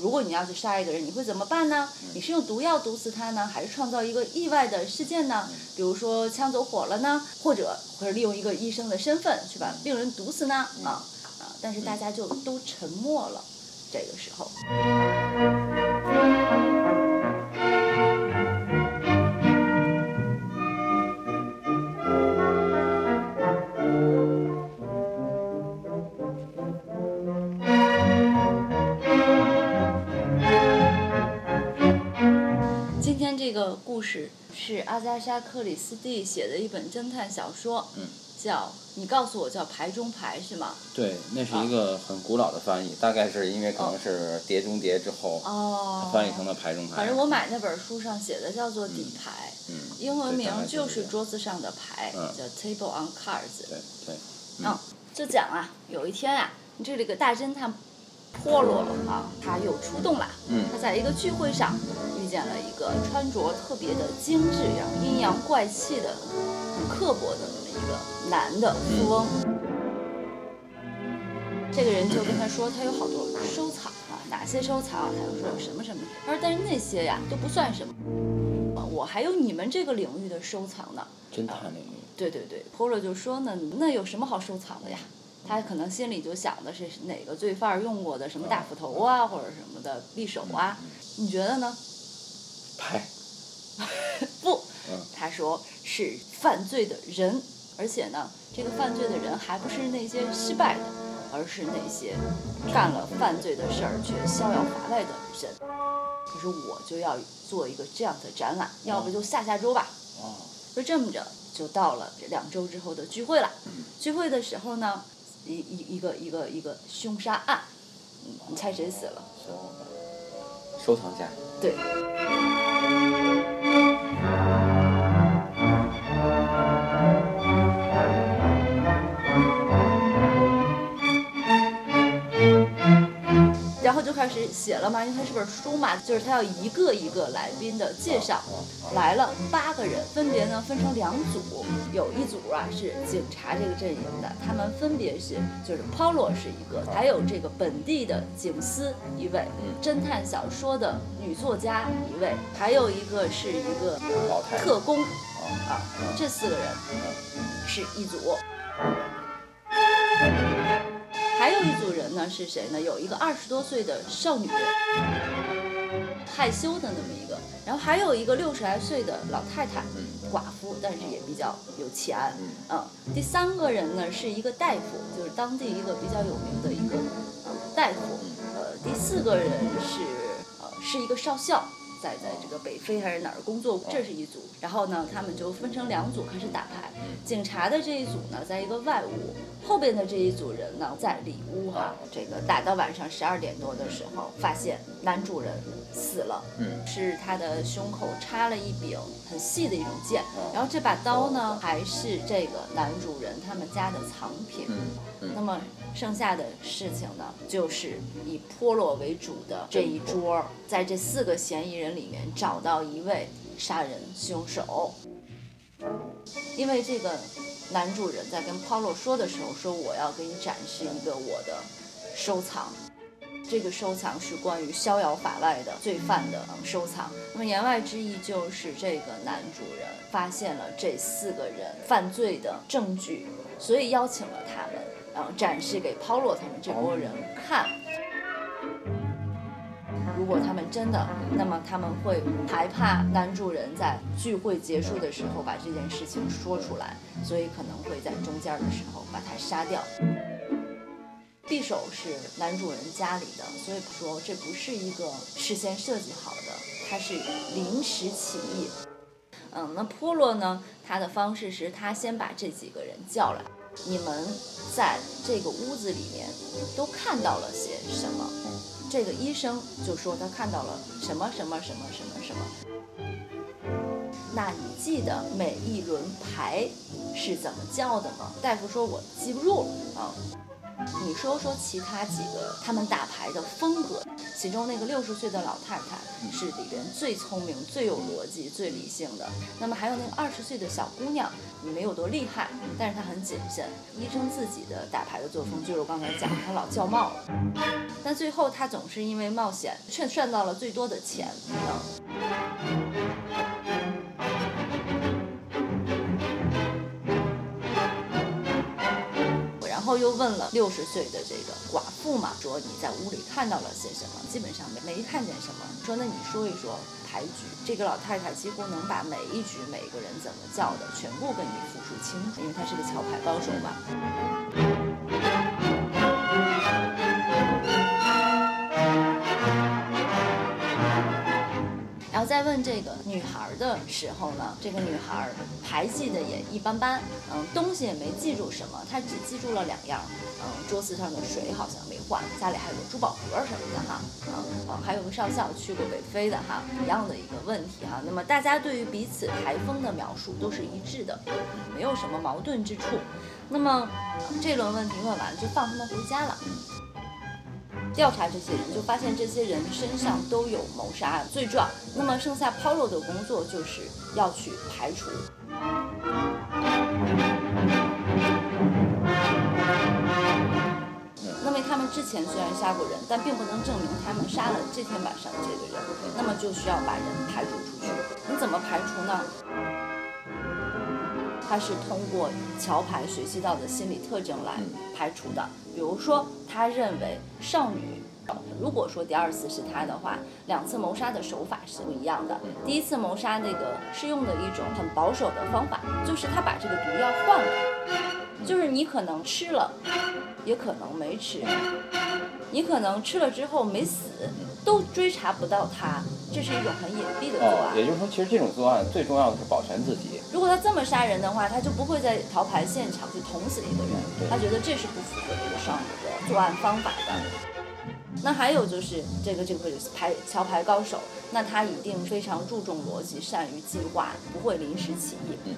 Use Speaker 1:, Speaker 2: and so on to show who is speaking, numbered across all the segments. Speaker 1: 如果你要去杀一个人，你会怎么办呢？
Speaker 2: 嗯
Speaker 1: 你是用毒药毒死他呢，还是创造一个意外的事件
Speaker 2: 嗯
Speaker 1: 呢？比如说枪走火了呢，或者或者利用一个医生的身份去
Speaker 2: 嗯
Speaker 1: 把病人毒死呢？啊啊！但是大家就都沉默
Speaker 2: 嗯
Speaker 1: 了，这个时候。今天这个故事是阿加莎·克里斯蒂写的一本侦探小说，
Speaker 2: 嗯
Speaker 1: 叫你告诉我叫牌中牌是吗？
Speaker 2: 对，那
Speaker 1: 啊
Speaker 2: 是一个很古老的翻译，大概是因为可能是《碟中谍》之后、
Speaker 1: 哦，
Speaker 2: 嗯翻译成了牌中牌。
Speaker 1: 反正我买那本书上写的叫做底牌，
Speaker 2: 嗯，
Speaker 1: 英文
Speaker 2: 对
Speaker 1: 名
Speaker 2: 大概
Speaker 1: 就是是
Speaker 2: 这样
Speaker 1: 桌子上的牌，
Speaker 2: 嗯
Speaker 1: 叫 Table on Cards。
Speaker 2: 对对，
Speaker 1: 嗯，就讲啊，有一天啊，这里个大侦探波罗啊，他又出动了。
Speaker 2: 嗯
Speaker 1: 他在一个聚会上遇见了一个穿着特别的精致，然后阴阳怪气的、很刻薄的那么一个男的富翁。这个人就跟他说，他有好多收藏啊，哪些收藏啊？他就说有什么什么。他说，但是那些呀都不算什么，我还有你们这个领域的收藏呢。
Speaker 2: 侦探领域。
Speaker 1: 对对对，Polo 就说呢，那有什么好收藏的呀？他可能心里就想的是哪个罪犯用过的什么大斧头啊，或者什么的匕首啊，你觉得呢？
Speaker 2: 牌，
Speaker 1: 不，
Speaker 2: 嗯
Speaker 1: 他说是犯罪的人，而且呢，这个犯罪的人还不是那些失败的，而是那些干了犯罪的事儿却逍遥法外的人。可是我就要做一个这样的展览，要不就下下周吧。
Speaker 2: 哦，
Speaker 1: 就这么着，就到了两周之后的聚会了。
Speaker 2: 嗯
Speaker 1: 聚会的时候呢，一一一个一个一个凶杀案，嗯，你猜谁死了？
Speaker 2: 小伙伴，收藏家，
Speaker 1: 对，然后就开始写了嘛，因为它是本书嘛，就是他要一个一个来宾的介绍。
Speaker 2: 哦哦
Speaker 1: 来了八个人，分别呢分成两组，有一组啊是警察这个阵营的，他们分别是就是 Polo 是一个，还有这个本地的警司一位，
Speaker 2: 嗯
Speaker 1: 侦探小说的女作家一位，还有一个是一个
Speaker 2: 老太太
Speaker 1: 特工
Speaker 2: 哦
Speaker 1: 啊，这四个人是一组。还有一组人呢是谁呢？有一个二十多岁的少女，害羞的那么一个，然后还有一个六十来岁的老太太，
Speaker 2: 嗯
Speaker 1: 寡妇，但是也比较有钱。
Speaker 2: 嗯
Speaker 1: 嗯，第三个人呢是一个大夫，就是当地一个比较有名的一个呃大夫。呃，第四个人是呃是一个少校，在在这个北非还是哪儿工作，这是一组。然后呢，他们就分成两组开始打牌。警察的这一组呢，在一个外屋，后边的这一组人呢，在里屋哈。这个打到晚上十二点多的时候，发现男主人死了。
Speaker 2: 嗯
Speaker 1: 是他的胸口插了一柄很细的一种剑
Speaker 2: 哦，
Speaker 1: 然后这把刀呢还是这个男主人他们家的藏品。
Speaker 2: 嗯
Speaker 1: 那么剩下的事情呢，就是以波洛为主的这一桌儿，在这四个嫌疑人里面找到一位杀人凶手。因为这个男主人在跟 Polo 说的时候说，我要给你展示一个我的收藏。这个收藏是关于逍遥法外的罪犯的嗯收藏。那么言外之意就是，这个男主人发现了这四个人犯罪的证据，所以邀请了他们，然后展示给 Polo 他们这波人看。如果他们真的，那么他们会害怕男主人在聚会结束的时候把这件事情说出来，所以可能会在中间的时候把他杀掉。匕首是男主人家里的，所以说这不是一个事先设计好的，它是临时起意。嗯，那波洛呢？他的方式是他先把这几个人叫来，你们在这个屋子里面都看到了些什么？这个医生就说他看到了什么什么什么什么什么。那你记得每一轮牌是怎么叫的吗？大夫说我记不住了啊。你说说其他几个他们打牌的风格，其中那个六十岁的老太太是里边最聪明、最有逻辑、最理性的。那么还有那个二十岁的小姑娘，没有多厉害，但是她很谨慎。医生自己的打牌的作风就是我刚才讲，她老叫冒了，但最后她总是因为冒险却赚到了最多的钱。啊然后又问了六十岁的这个寡妇嘛，说你在屋里看到了些什么？基本上没没看见什么。说那你说一说牌局，这个老太太几乎能把每一局每个人怎么叫的全部跟你复述清楚，因为她是个桥牌高手嘛。然后再问这个女孩儿的时候呢，这个女孩儿还记得也一般般，嗯，东西也没记住什么，她只记住了两样，嗯，桌子上的水好像没换，家里还有个珠宝盒什么的哈，嗯，哦，还有个少校去过北非的哈，一样的一个问题哈。那么大家对于彼此台风的描述都是一致的，没有什么矛盾之处。那么、嗯这轮问题问完就放他们回家了。调查这些人，就发现这些人身上都有谋杀案罪状。那么剩下 Polo 的工作就是要去排除。那么他们之前虽然杀过人，但并不能证明他们杀了这天晚上这个人。那么就需要把人排除出去。你怎么排除呢？它是通过桥牌学习到的心理特征来排除的。比如说，他认为少女，如果说第二次是他的话，两次谋杀的手法是不一样的。第一次谋杀那个是用的一种很保守的方法，就是他把这个毒药换了，就是你可能吃了，也可能没吃，
Speaker 2: 嗯
Speaker 1: 你可能吃了之后没死，都追查不到他，这是一种很隐蔽的做
Speaker 2: 哦
Speaker 1: 法，。
Speaker 2: 也就是说，其实这种作案最重要的是保全自己。
Speaker 1: 如果他这么杀人的话，他就不会在逃牌现场去捅死一个
Speaker 2: 嗯
Speaker 1: 人，他觉得这是不符合这个少女的作案方法的。
Speaker 2: 嗯
Speaker 1: 那还有就是这个这个牌桥牌高手，那他一定非常注重逻辑，善于计划，不会临时起意。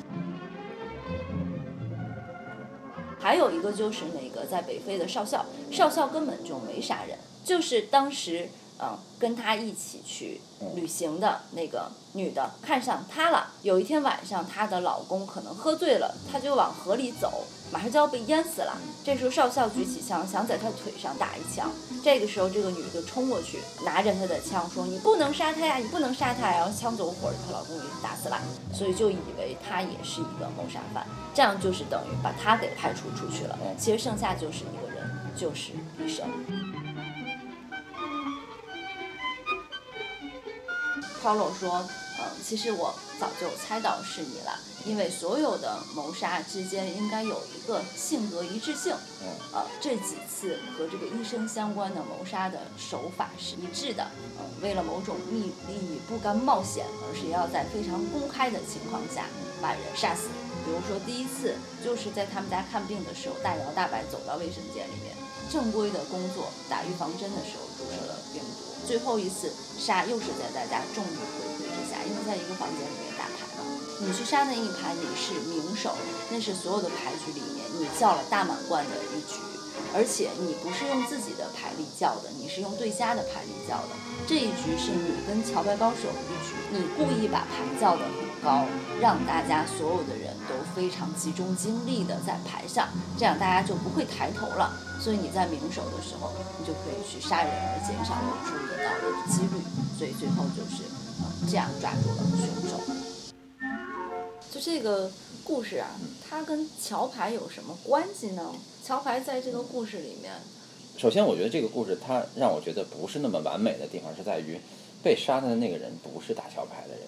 Speaker 1: 还有一个就是那个在北非的少校，少校根本就没杀人，就是当时嗯、呃跟他一起去旅行的那个女的看上他了。有一天晚上，她的老公可能喝醉了，她就往河里走，马上就要被淹死了。这时候少校举起枪，想在她腿上打一枪。这个时候，这个女的冲过去，拿着她的枪说：“你不能杀他呀，你不能杀他呀！”然后枪走火了，她老公给打死了，所以就以为她也是一个谋杀犯。这样就是等于把他给排除出去了。其实剩下就是一个人，就是医生。Paulo 说，嗯，其实我早就猜到是你了，因为所有的谋杀之间应该有一个性格一致性。
Speaker 2: 嗯，
Speaker 1: 呃，这几次和这个医生相关的谋杀的手法是一致的。呃，为了某种利利益不甘冒险，而是要在非常公开的情况下把人杀死。比如说第一次就是在他们家看病的时候，大摇大摆走到卫生间里面，正规的工作打预防针的时候注射了病毒。最后一次杀又是在大家众目睽睽之下，因为在一个房间里面打牌嘛。你去杀那一盘，你是名手，那是所有的牌局里面你叫了大满贯的呃一局，而且你不是用自己的牌力叫的，你是用对家的牌力叫的。这一局是你跟桥牌高手一局，你故意把牌叫得很高，让大家所有的人都非常集中精力的在牌上，这样大家就不会抬头了。所以你在明手的时候，你就可以去杀人，而减少了注意到的几率。所以最后就是、呃、这样抓住了凶手。就这个故事啊，
Speaker 2: 嗯
Speaker 1: 它跟桥牌有什么关系呢？桥牌在这个故事里面，
Speaker 2: 首先我觉得这个故事它让我觉得不是那么完美的地方是在于，被杀的那个人不是打桥牌的人，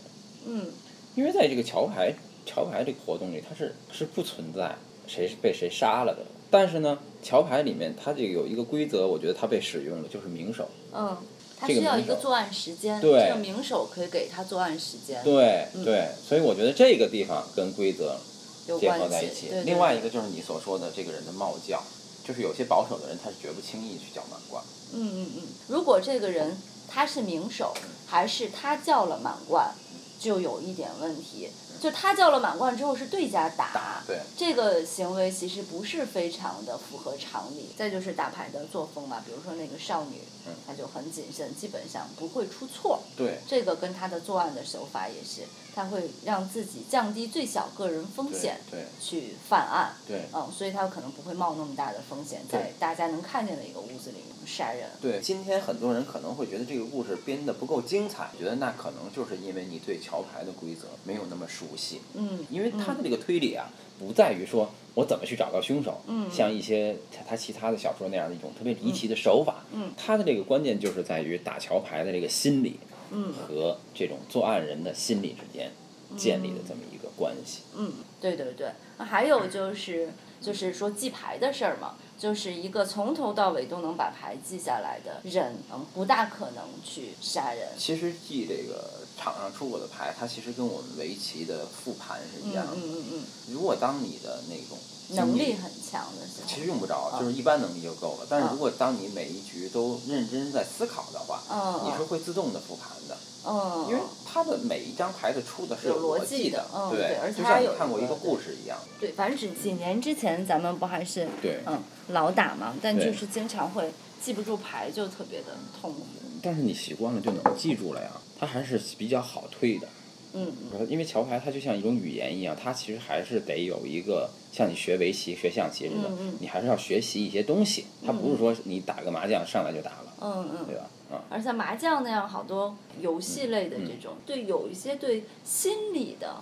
Speaker 1: 嗯，
Speaker 2: 因为在这个桥牌桥牌这个活动里，它是是不存在谁是被谁杀了的。但是呢，桥牌里面它这个有一个规则，我觉得它被使用了，就是明手。
Speaker 1: 嗯，他
Speaker 2: 这个
Speaker 1: 需要
Speaker 2: 名
Speaker 1: 一个
Speaker 2: 手
Speaker 1: 作案时间，
Speaker 2: 对
Speaker 1: 这个名手可以给他作案时间
Speaker 2: 对对，所以我觉得这个地方跟规则
Speaker 1: 有
Speaker 2: 结
Speaker 1: 关
Speaker 2: 合在
Speaker 1: 系
Speaker 2: 一。起。
Speaker 1: 对对
Speaker 2: 另外一个就是你所说的这个人的冒叫，就是有些保守的人他是绝不轻易去叫满贯。
Speaker 1: 嗯嗯嗯，如果这个人
Speaker 2: 嗯
Speaker 1: 他是名手，还是他叫了满贯，就有一点问题。就他叫了满贯之后是对家打，
Speaker 2: 对
Speaker 1: 这个行为其实不是非常的符合常理。再就是打牌的作风嘛，比如说那个少女，
Speaker 2: 嗯
Speaker 1: 她就很谨慎，基本上不会出错。
Speaker 2: 对
Speaker 1: 这个跟她的作案的手法也是，她会让自己降低最小个人风
Speaker 2: 对
Speaker 1: 险
Speaker 2: 对
Speaker 1: 去犯案。
Speaker 2: 对
Speaker 1: 嗯，所以她可能不会冒那么大的风险，
Speaker 2: 对
Speaker 1: 在大家能看见的一个屋子里面杀人。
Speaker 2: 对，今天很多人可能会觉得这个故事编得不够精彩，觉得那可能就是因为你对桥牌的规则没有那么熟悉，
Speaker 1: 嗯，
Speaker 2: 因为他的这个推理啊，不在于说我怎么去找到凶手，
Speaker 1: 嗯
Speaker 2: 像一些他他其他的小说那样的一种特别离奇的手法，
Speaker 1: 嗯
Speaker 2: 他的这个关键就是在于打桥牌的这个心理
Speaker 1: 嗯
Speaker 2: 和这种作案人的心理之间建立的这么一个关系，
Speaker 1: 嗯，对对对，那还有就是就是说记牌的事儿嘛，就是一个从头到尾都能把牌记下来的人，嗯，不大可能去杀人。
Speaker 2: 其实记这个场上出过的牌，它其实跟我们围棋的复盘是
Speaker 1: 嗯
Speaker 2: 一样
Speaker 1: 嗯
Speaker 2: 的。
Speaker 1: 嗯嗯，
Speaker 2: 如果当你的那种精
Speaker 1: 能
Speaker 2: 力
Speaker 1: 力很强的时
Speaker 2: 其
Speaker 1: 候，
Speaker 2: 实用不
Speaker 1: 啊
Speaker 2: 着，就是一般能力就够了。但是如果当你每一局都认真在思考的话，
Speaker 1: 嗯
Speaker 2: 你是会自动的复盘的，
Speaker 1: 嗯，
Speaker 2: 因为它的每一张牌的出的是
Speaker 1: 有逻
Speaker 2: 逻
Speaker 1: 辑的
Speaker 2: 的
Speaker 1: 嗯，对
Speaker 2: 对
Speaker 1: 而，且
Speaker 2: 就
Speaker 1: 它
Speaker 2: 像你
Speaker 1: 有
Speaker 2: 看过
Speaker 1: 一
Speaker 2: 一
Speaker 1: 个
Speaker 2: 个故事一样。
Speaker 1: 对，反正几年之前咱们不还是
Speaker 2: 对
Speaker 1: 嗯老打嘛，但就
Speaker 2: 对
Speaker 1: 是经常会记不住牌，就特别的痛苦。
Speaker 2: 但是你习惯了就能记住了呀，它还是比较好推的。
Speaker 1: 嗯
Speaker 2: 因为桥牌它就像一种语言一样，它其实还是得有一个像你学围棋、学象棋似的，
Speaker 1: 嗯嗯
Speaker 2: 你还是要学习一些东西。它不是说你打个麻将上来就打了，
Speaker 1: 嗯嗯。
Speaker 2: 对吧？啊、
Speaker 1: 而像麻将那样好多游戏类的这种，对有一些对心理的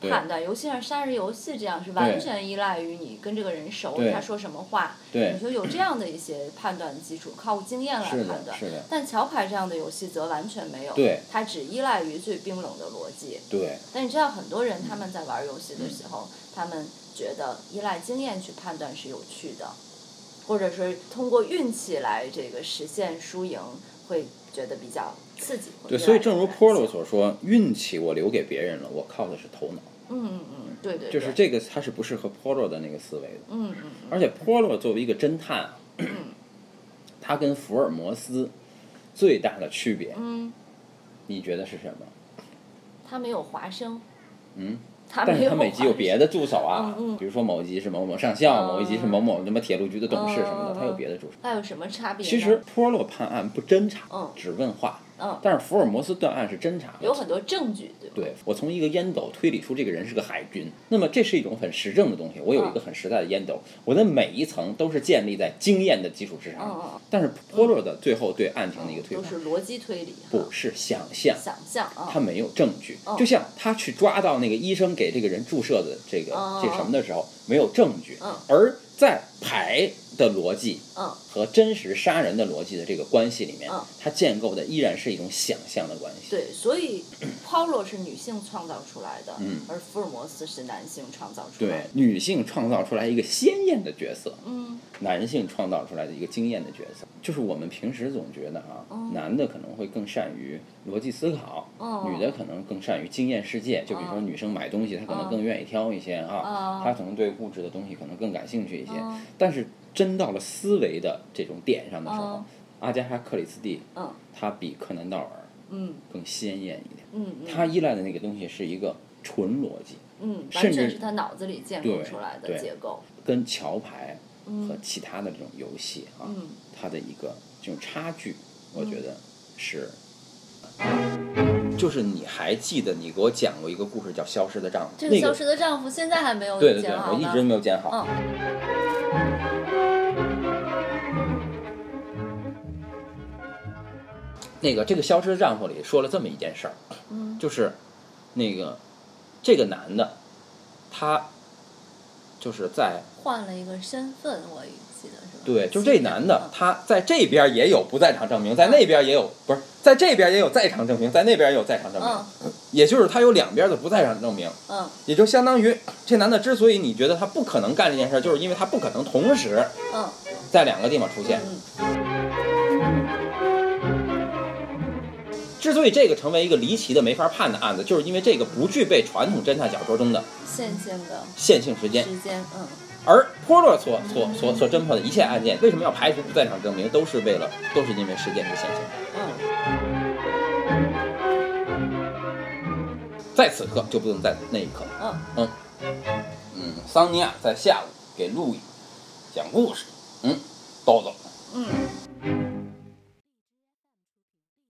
Speaker 2: 对
Speaker 1: 判断，尤其像杀人游戏这样，是完全依赖于你跟这个人熟，
Speaker 2: 对
Speaker 1: 他说什么话，
Speaker 2: 对
Speaker 1: 你说有这样的一些判断基础，靠经验来
Speaker 2: 是
Speaker 1: 判
Speaker 2: 的，
Speaker 1: 断。
Speaker 2: 是的，
Speaker 1: 但桥牌这样的游戏则完全没有，
Speaker 2: 对
Speaker 1: 它只依赖于最冰冷的逻辑。
Speaker 2: 对。
Speaker 1: 但你知道，很多人他们在玩游戏的时候，他们觉得依赖经验去判断是有趣的，或者说通过运气来这个实现输赢，会觉得比较刺激。会
Speaker 2: 对，
Speaker 1: 越
Speaker 2: 所以
Speaker 1: 来
Speaker 2: 正
Speaker 1: 越
Speaker 2: 如
Speaker 1: 感
Speaker 2: Porlo
Speaker 1: 兴趣，
Speaker 2: 所说，运气我留给别人了，我靠的是头脑，
Speaker 1: 嗯嗯嗯，对对，
Speaker 2: 就是
Speaker 1: 对，
Speaker 2: 这个它是不适合 Porlo 的那个思维的。
Speaker 1: 嗯嗯嗯，
Speaker 2: 而且 Porlo 作为一个侦探啊， 他跟福尔摩斯最大的区别，
Speaker 1: 嗯
Speaker 2: 你觉得是什么？
Speaker 1: 他没有华生，
Speaker 2: 嗯，
Speaker 1: 他
Speaker 2: 但
Speaker 1: 没
Speaker 2: 是
Speaker 1: 有
Speaker 2: 他
Speaker 1: 华生，
Speaker 2: 每集有别的助手啊
Speaker 1: 嗯嗯，
Speaker 2: 比如说某一集是某某上校，
Speaker 1: 嗯
Speaker 2: 某一集是某某什么铁路局的董事什么
Speaker 1: 嗯
Speaker 2: 的，
Speaker 1: 嗯嗯
Speaker 2: 他有别的助手。
Speaker 1: 那有什么差别呢？
Speaker 2: 其实 Porlo 判案不侦查
Speaker 1: 嗯，
Speaker 2: 只问话，
Speaker 1: 嗯，
Speaker 2: 但是福尔摩斯断案是侦查，
Speaker 1: 有很多证据，对吧？
Speaker 2: 对我从一个烟斗推理出这个人是个海军，那么这是一种很实证的东西。我
Speaker 1: 嗯
Speaker 2: 有一个很实在的烟斗，我的每一层都是建立在经验的基础之上。
Speaker 1: 嗯嗯嗯
Speaker 2: 但是 Polo 的最后对案情的一个推
Speaker 1: 都
Speaker 2: 翻，
Speaker 1: 是嗯逻辑推理，
Speaker 2: 不，是想象，
Speaker 1: 想象啊，
Speaker 2: 他没有证据。就像他去抓到那个医生给这个人注射的这个
Speaker 1: 嗯嗯
Speaker 2: 这什么的时候，没有证据
Speaker 1: 嗯，
Speaker 2: 而在牌的逻辑。
Speaker 1: 嗯
Speaker 2: 和真实杀人的逻辑的这个关系里面
Speaker 1: 嗯，
Speaker 2: 它建构的依然是一种想象的关系。
Speaker 1: 对，所以 Polo 是女性创造出来的，
Speaker 2: 嗯
Speaker 1: 而福尔摩斯是男性创造出来
Speaker 2: 对
Speaker 1: 的。
Speaker 2: 女性创造出来一个鲜艳的角色，
Speaker 1: 嗯
Speaker 2: 男性创造出来的一个惊艳的角色。就是我们平时总觉得啊，男的可能会更善于逻辑思考，
Speaker 1: 哦
Speaker 2: 女的可能更善于经验世界。就比如说
Speaker 1: 哦
Speaker 2: 女生买东西，她可能更愿意挑一些啊
Speaker 1: 哦，
Speaker 2: 她可能对物质的东西可能更感兴趣一些
Speaker 1: 哦。
Speaker 2: 但是真到了思维的这种点上的时候
Speaker 1: 哦，
Speaker 2: 阿加莎·克里斯蒂
Speaker 1: 嗯
Speaker 2: 她比柯南·道尔
Speaker 1: 嗯
Speaker 2: 更鲜艳一点，
Speaker 1: 嗯嗯
Speaker 2: 她依赖的那个东西是一个纯逻辑。
Speaker 1: 嗯，完
Speaker 2: 甚
Speaker 1: 全
Speaker 2: 至
Speaker 1: 是他脑子里建构
Speaker 2: 对
Speaker 1: 出来的
Speaker 2: 对
Speaker 1: 结构。
Speaker 2: 跟桥牌和
Speaker 1: 嗯
Speaker 2: 其他的这种游戏啊，
Speaker 1: 嗯
Speaker 2: 它的一个这种差距，我觉得是。就是你还记得你给我讲过一个故事叫《消失的丈夫》，
Speaker 1: 这
Speaker 2: 那
Speaker 1: 个消失的丈夫现在还没有
Speaker 2: 对对对，
Speaker 1: 剪好
Speaker 2: 我
Speaker 1: 呢。
Speaker 2: 一直没有剪好。
Speaker 1: 嗯
Speaker 2: 那个这个《消失的丈夫》里说了这么一件事儿，
Speaker 1: 嗯
Speaker 2: 就是那个这个男的，他就是在
Speaker 1: 换了一个身份，我记得是吧？
Speaker 2: 对，就是这男的，他在这边也有不在场证明，在那边也有，不是在这边也有在场证明，在那边也有在场证明，
Speaker 1: 嗯
Speaker 2: 也就是他有两边的不在场证明，
Speaker 1: 嗯
Speaker 2: 也就相当于这男的之所以你觉得他不可能干这件事儿，就是因为他不可能同时
Speaker 1: 嗯
Speaker 2: 在两个地方出现。
Speaker 1: 嗯
Speaker 2: 之所以这个成为一个离奇的没法判的案子，就是因为这个不具备传统侦探小说中的
Speaker 1: 线性的
Speaker 2: 线性时间，
Speaker 1: 时间，嗯
Speaker 2: 而波洛所所所所侦破的一切案件，为什么要排除不在场证明，都是为了都是因为
Speaker 1: 嗯
Speaker 2: 时间是线性的。
Speaker 1: 嗯
Speaker 2: 在此刻就不能在那一刻。
Speaker 1: 嗯
Speaker 2: 嗯嗯，桑尼亚在下午给路易讲故事。嗯，豆豆